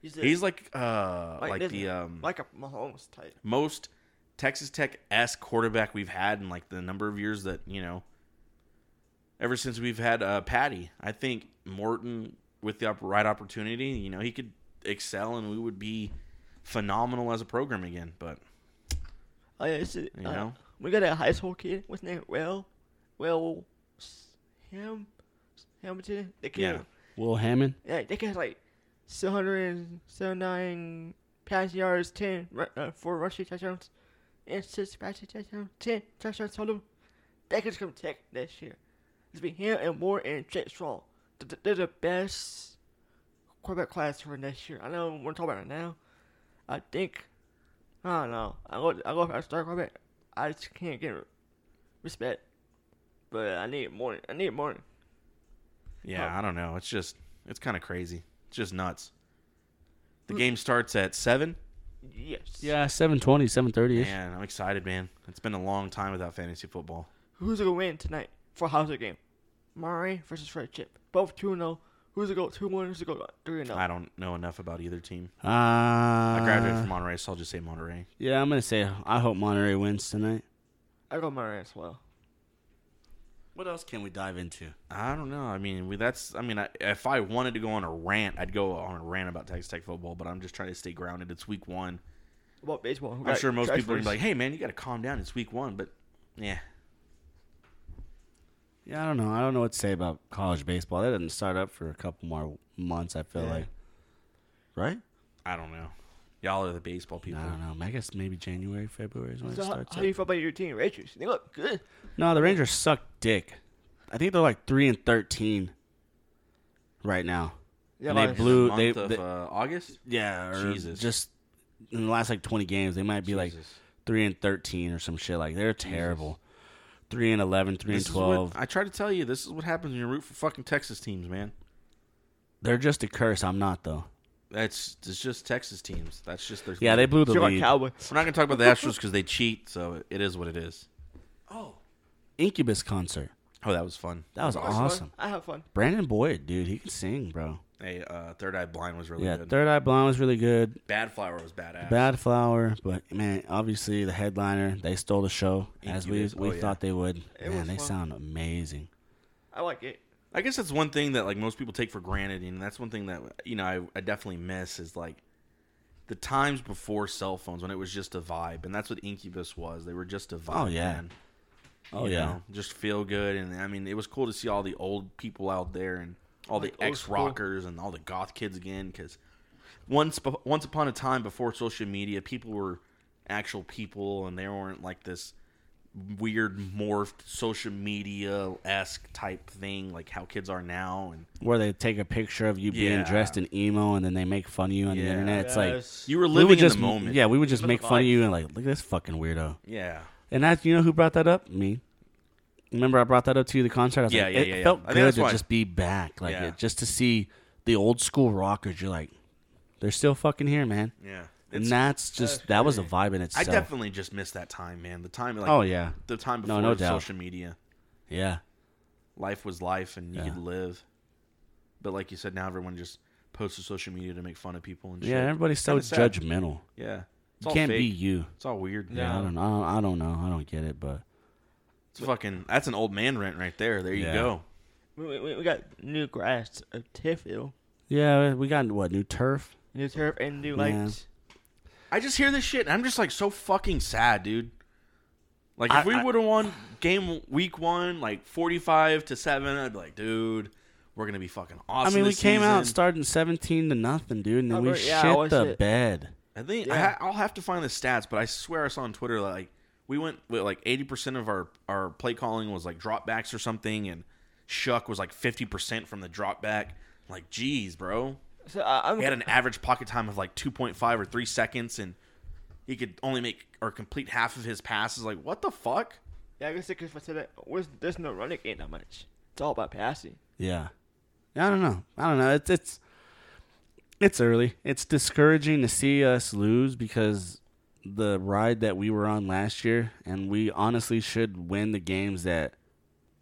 he's, a- He's like uh like, this- the um like a Mahomes type. most Texas Tech s quarterback we've had in like the number of years that you know. Ever since we've had uh, Patty, I think Morton with the op- right opportunity, you know, he could excel and we would be phenomenal as a program again. But Oh, yeah, it's, you know? we got a high school kid. What's his name? Well, well, him, Hamilton. They Yeah. can, Will Hammond. yeah. they can have like 779 passing yards, 10 ru- uh, four rushing touchdowns, and six passing touchdowns, 10 touchdowns total. That could come tech next year. It's be him and Moore and Jake Strong. Th- th- They're the best quarterback class for next year. I know we're talking about it now. I think I don't know. I go I go for a star quarterback. I just can't get respect. But I need more. I need more. yeah, I don't know. It's just it's kind of crazy. It's just nuts. The game starts at seven, Yes. Yeah, 720, 730 ish. and I'm excited, man. It's been a long time without fantasy football. Who's gonna win tonight for house of game? Murray versus Fred Chip. Both two zero. Who's gonna go two one? Who's gonna go three oh? I zero? don't know enough about either team. Uh, I I graduated from Monterey, so I'll just say Monterey. Yeah, I'm gonna say I hope Monterey wins tonight. I go Murray as well. What else can we dive into? I don't know. I mean, we, that's. I mean, I, if I wanted to go on a rant, I'd go on a rant about Texas Tech football. But I'm just trying to stay grounded. It's week one. What about baseball? Who I'm got sure most trash people would be first? like, "Hey, man, you got to calm down. It's week one." But yeah, Yeah, I don't know. I don't know what to say about college baseball. That doesn't start up for a couple more months. I feel Yeah. like, right? I don't know. Y'all are the baseball people. I don't know. I guess maybe January, February is when it So how, starts. how up. do you feel about your team, Rangers? They look good. No, the Rangers suck dick. I think they're like three and thirteen right now. Yeah, And they but- blew- Blue- Month they- of they- uh, August. Yeah, or Jesus. Just in the last like twenty games, they might be like Jesus. three and thirteen or some shit. Like they're terrible. Three and 11, 3 This and is what- twelve. I try to tell you, this is what happens when you root for fucking Texas teams, man. They're just a curse. I'm not though. That's it's just Texas teams. That's just their. Yeah, they thing. blew the You're lead. like Cowboy. We're not gonna talk about the Astros because they cheat. So it is what it is. Incubus concert. Oh, that was fun. That was It was fun. awesome. I have fun. Brandon Boyd, dude, he can sing, bro. Hey, uh, Third Eye Blind was really Yeah, good. Third Eye Blind was really good. Bad Flower was badass. Bad Flower, but man, obviously the headliner, they stole the show as we Incubus, we oh, yeah. thought they would. It man, was they fun. sound amazing. I like it. I guess that's one thing that like most people take for granted, and that's one thing that you know I, I definitely miss is like the times before cell phones when it was just a vibe, and that's what Incubus was. They were just a vibe. Oh, yeah. man. Oh You yeah. know, just feel good, and I mean it was cool to see all the old people out there and all the Like old ex school. rockers and all the goth kids again because once bef- once upon a time before social media, people were actual people, and they weren't like this weird morphed social media esque type thing like how kids are now and Where they take a picture of you being Yeah. dressed in emo and then they make fun of you on the Yeah. internet. It's like Yes. You were we living would in just the moment. yeah, we would just Living make the fun of vibe. you and like look at this fucking weirdo. Yeah. And that's you know who brought that up? Me. Remember I brought that up to you the concert. I was Yeah, like, yeah, it yeah, yeah. felt I think good that's to why- just be back, like Yeah. it, just to see the old school rockers. You're like, they're still fucking here, man. Yeah. and that's just that was a vibe in I itself. definitely just miss that time, man. The time like oh yeah, the time No, before no doubt. social media. yeah, Life was life and you Yeah. could live. But like you said, now everyone just posts to social media to make fun of people and shit. yeah. Everybody's so Kinda sad. judgmental. Yeah. It's You all can't fake. be you. It's all weird. Yeah, I Yeah. don't know. I don't know. I don't get it, but It's fucking that's an old man rent right there. There you Yeah. go. We, we, we got new grass, a tiff field, yeah, we got what new turf. new turf, and new Yeah. lights. I just hear this shit and I'm just like so fucking sad, dude. Like if I- we I- would have won game week one, like forty five to seven, I'd be like, dude, we're gonna be fucking I awesome. mean, we this came out season. starting seventeen to nothing, dude, and then Oh, we bro, yeah, I shit watched the it. bed. I think I Yeah. ha- I'll have to find the stats, but I swear I saw on Twitter that, like we went with like eighty percent of our our play calling was like dropbacks or something, and Shuck was like fifty percent from the dropback. Like, geez, bro, So I, I'm we had an average pocket time of like two point five or three seconds, and he could only make or complete half of his passes. Like, what the fuck? yeah, I guess because I said that was there's no running game that much. It's all about passing. Yeah. I don't know. I don't know. It's it's it's early. It's discouraging to see us lose because the ride that we were on last year and we honestly should win the games that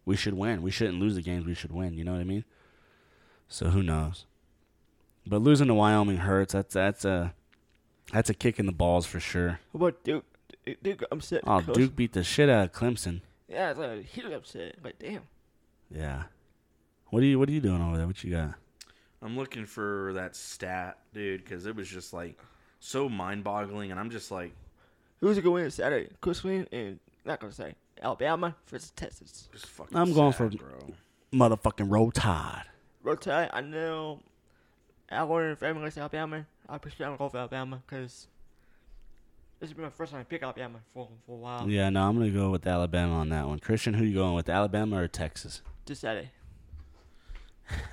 we should win. We shouldn't lose the games we should win, you know what I mean? So who knows? But losing to Wyoming hurts. That's that's a that's a kick in the balls for sure. What about Duke? Duke, Duke upset. Oh, Coach- Duke beat the shit out of Clemson. Yeah, it's like, he was upset. Like damn. Yeah. What are you what are you doing over there? What you got? I'm looking for that stat, dude, because it was just like so mind boggling, and I'm just like, Who's going to win Saturday? Chris Wayne and not gonna say Alabama versus Texas. just fucking. I'm going sad, for- bro. Motherfucking roll tide. Roll Tide. I know. I learned family likes Alabama. I push down go for Alabama because this has been my first time I pick Alabama for for a while. Yeah, no, I'm gonna go with Alabama on that one. Christian, who you going with, Alabama or Texas? Just Saturday.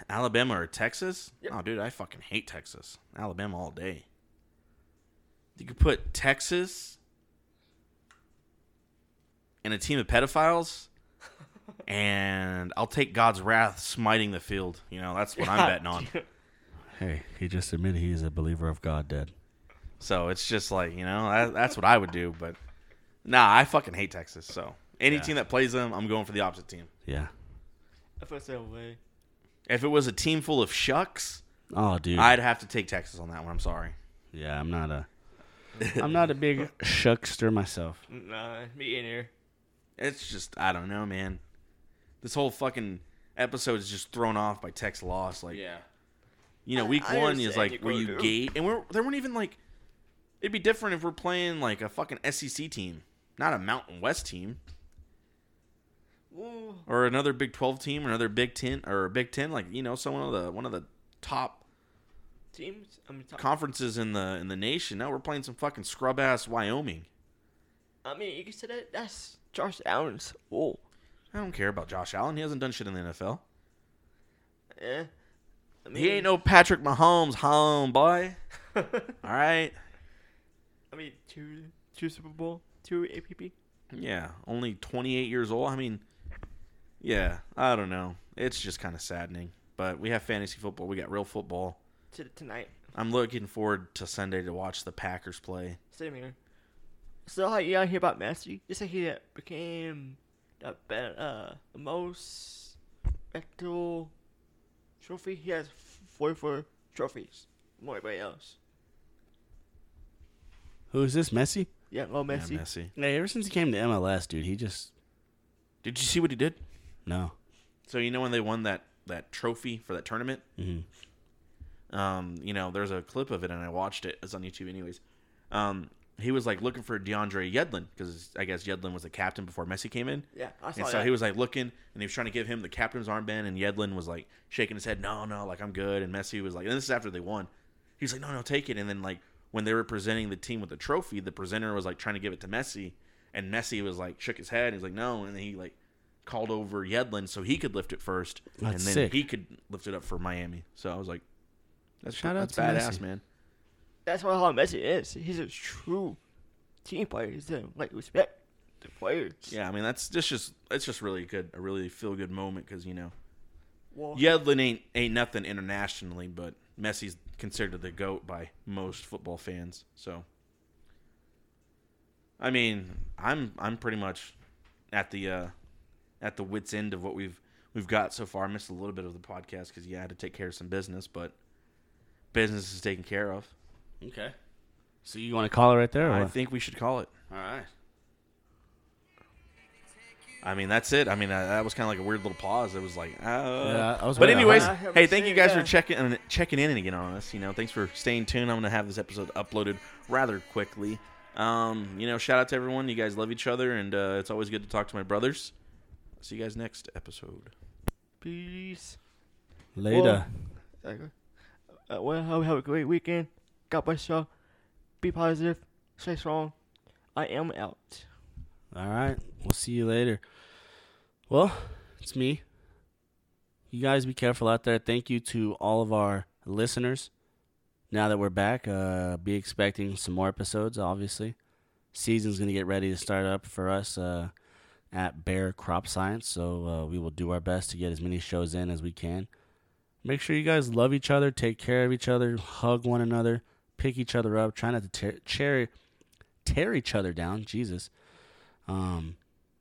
Alabama or Texas? Yep. Oh, dude, I fucking hate Texas. Alabama all day. You could put Texas and a team of pedophiles, and I'll take God's wrath smiting the field. You know, that's what I'm betting on. Hey, he just admitted he is a believer of God, dead. So it's just like, you know, that, that's what I would do. But nah, I fucking hate Texas. So any Yeah. team that plays them, I'm going for the opposite team. Yeah. I feel so way. If it was a team full of shucks, Oh, dude. I'd have to take Texas on that one. I'm sorry. yeah, I'm not a. I'm not a big shuckster myself. Mm, Nah, me in here. It's just I don't know, man. This whole fucking episode is just thrown off by Tech's loss. Like, Yeah. you know, week I one is understand like you were go you through. gate, and we're there weren't even like. It'd be different if we're playing like a fucking SEC team, not a Mountain West team, Whoa. or another Big Twelve team, or another Big Ten, or a Big Ten. Like you know, someone of the one of the top Teams. I'm talking. conferences in the in the nation. Now we're playing some fucking scrub ass Wyoming. I mean, you can say that. That's Josh Allen's. Oh. I don't care about Josh Allen. He hasn't done shit in the NFL. Yeah. I mean, He ain't no Patrick Mahomes, home boy. I All right. mean, two, two Super Bowl, two APP. Yeah, only 28 years old. I mean, yeah, I don't know. It's just kind of saddening. But we have fantasy football. We got real football. to tonight. I'm looking forward to Sunday to watch the Packers play. Same here. So how you all hear about Messi? Just like he became the be- uh, the most respectable trophy. He has 44 trophies more than anybody else. Who is this? Messi? Yeah, Lil Yeah, Messi. Messi. Yeah, ever since he came to MLS, dude, he just Did you see what he did? no. So you know when they won that that trophy for that tournament, mm-hmm. um, you know there's a clip of it, and I watched it. It's on YouTube, anyways. Um, he was like looking for DeAndre Yedlin because I guess Yedlin was the captain before Messi came in. Yeah, I saw and so that. he was like looking, and he was trying to give him the captain's armband, and Yedlin was like shaking his head, no, no, like I'm good. And Messi was like, and this is after they won. He's like, no, no, take it. And then like when they were presenting the team with the trophy, the presenter was like trying to give it to Messi, and Messi was like shook his head. He's like, no, and then he like called over Yedlin so he could lift it first, and That's then sick. he could lift it up for Miami. So I was like, that's Shout out that's to badass, Messi. man. That's what how Messi is. He's a true team player. He's a, like respect the players. Yeah, I mean that's just just it's just really good, a really feel good moment because you know Well, Yedlin ain't ain't nothing internationally, but Messi's considered the goat by most football fans. So, I mean, I'm I'm pretty much at the uh, at the wits end of what we've we've got so far. I missed a little bit of the podcast because yeah, I had to take care of some business, but business is taken care of. Okay. So you want to call it right there? Or I what? think we should call it. All right. I mean, that's it. I mean, uh, that was kind of like a weird little pause. It was like, uh, Yeah, I was but wondering anyways, how- Yeah, hey, thank you guys yeah. for checking and checking in again on us. You know, thanks for staying tuned. I'm gonna have this episode uploaded rather quickly. Um, you know, shout out to everyone. You guys love each other, and uh, it's always good to talk to my brothers. See you guys next episode. peace. Later. Well, uh, well, have, have a great weekend. God bless y'all. Be positive. Stay strong. I am out. All right. We'll see you later. Well, it's me. You guys be careful out there. Thank you to all of our listeners. Now that we're back, uh, be expecting some more episodes, obviously. Season's going to get ready to start up for us uh, at Bear Crop Science, so uh, we will do our best to get as many shows in as we can. Make sure you guys love each other, take care of each other, hug one another, pick each other up, try not to tear, tear, tear each other down. Jesus. Um,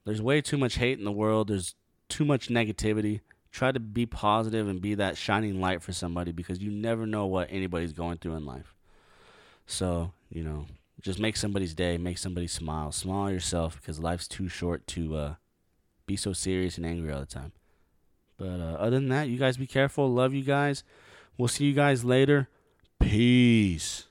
there's way too much hate in the world. There's too much negativity. Try to be positive and be that shining light for somebody because you never know what anybody's going through in life. So, you know, just make somebody's day, make somebody smile. Smile yourself because life's too short to uh, be so serious and angry all the time. But uh, other than that, you guys be careful. Love you guys. We'll see you guys later. Peace.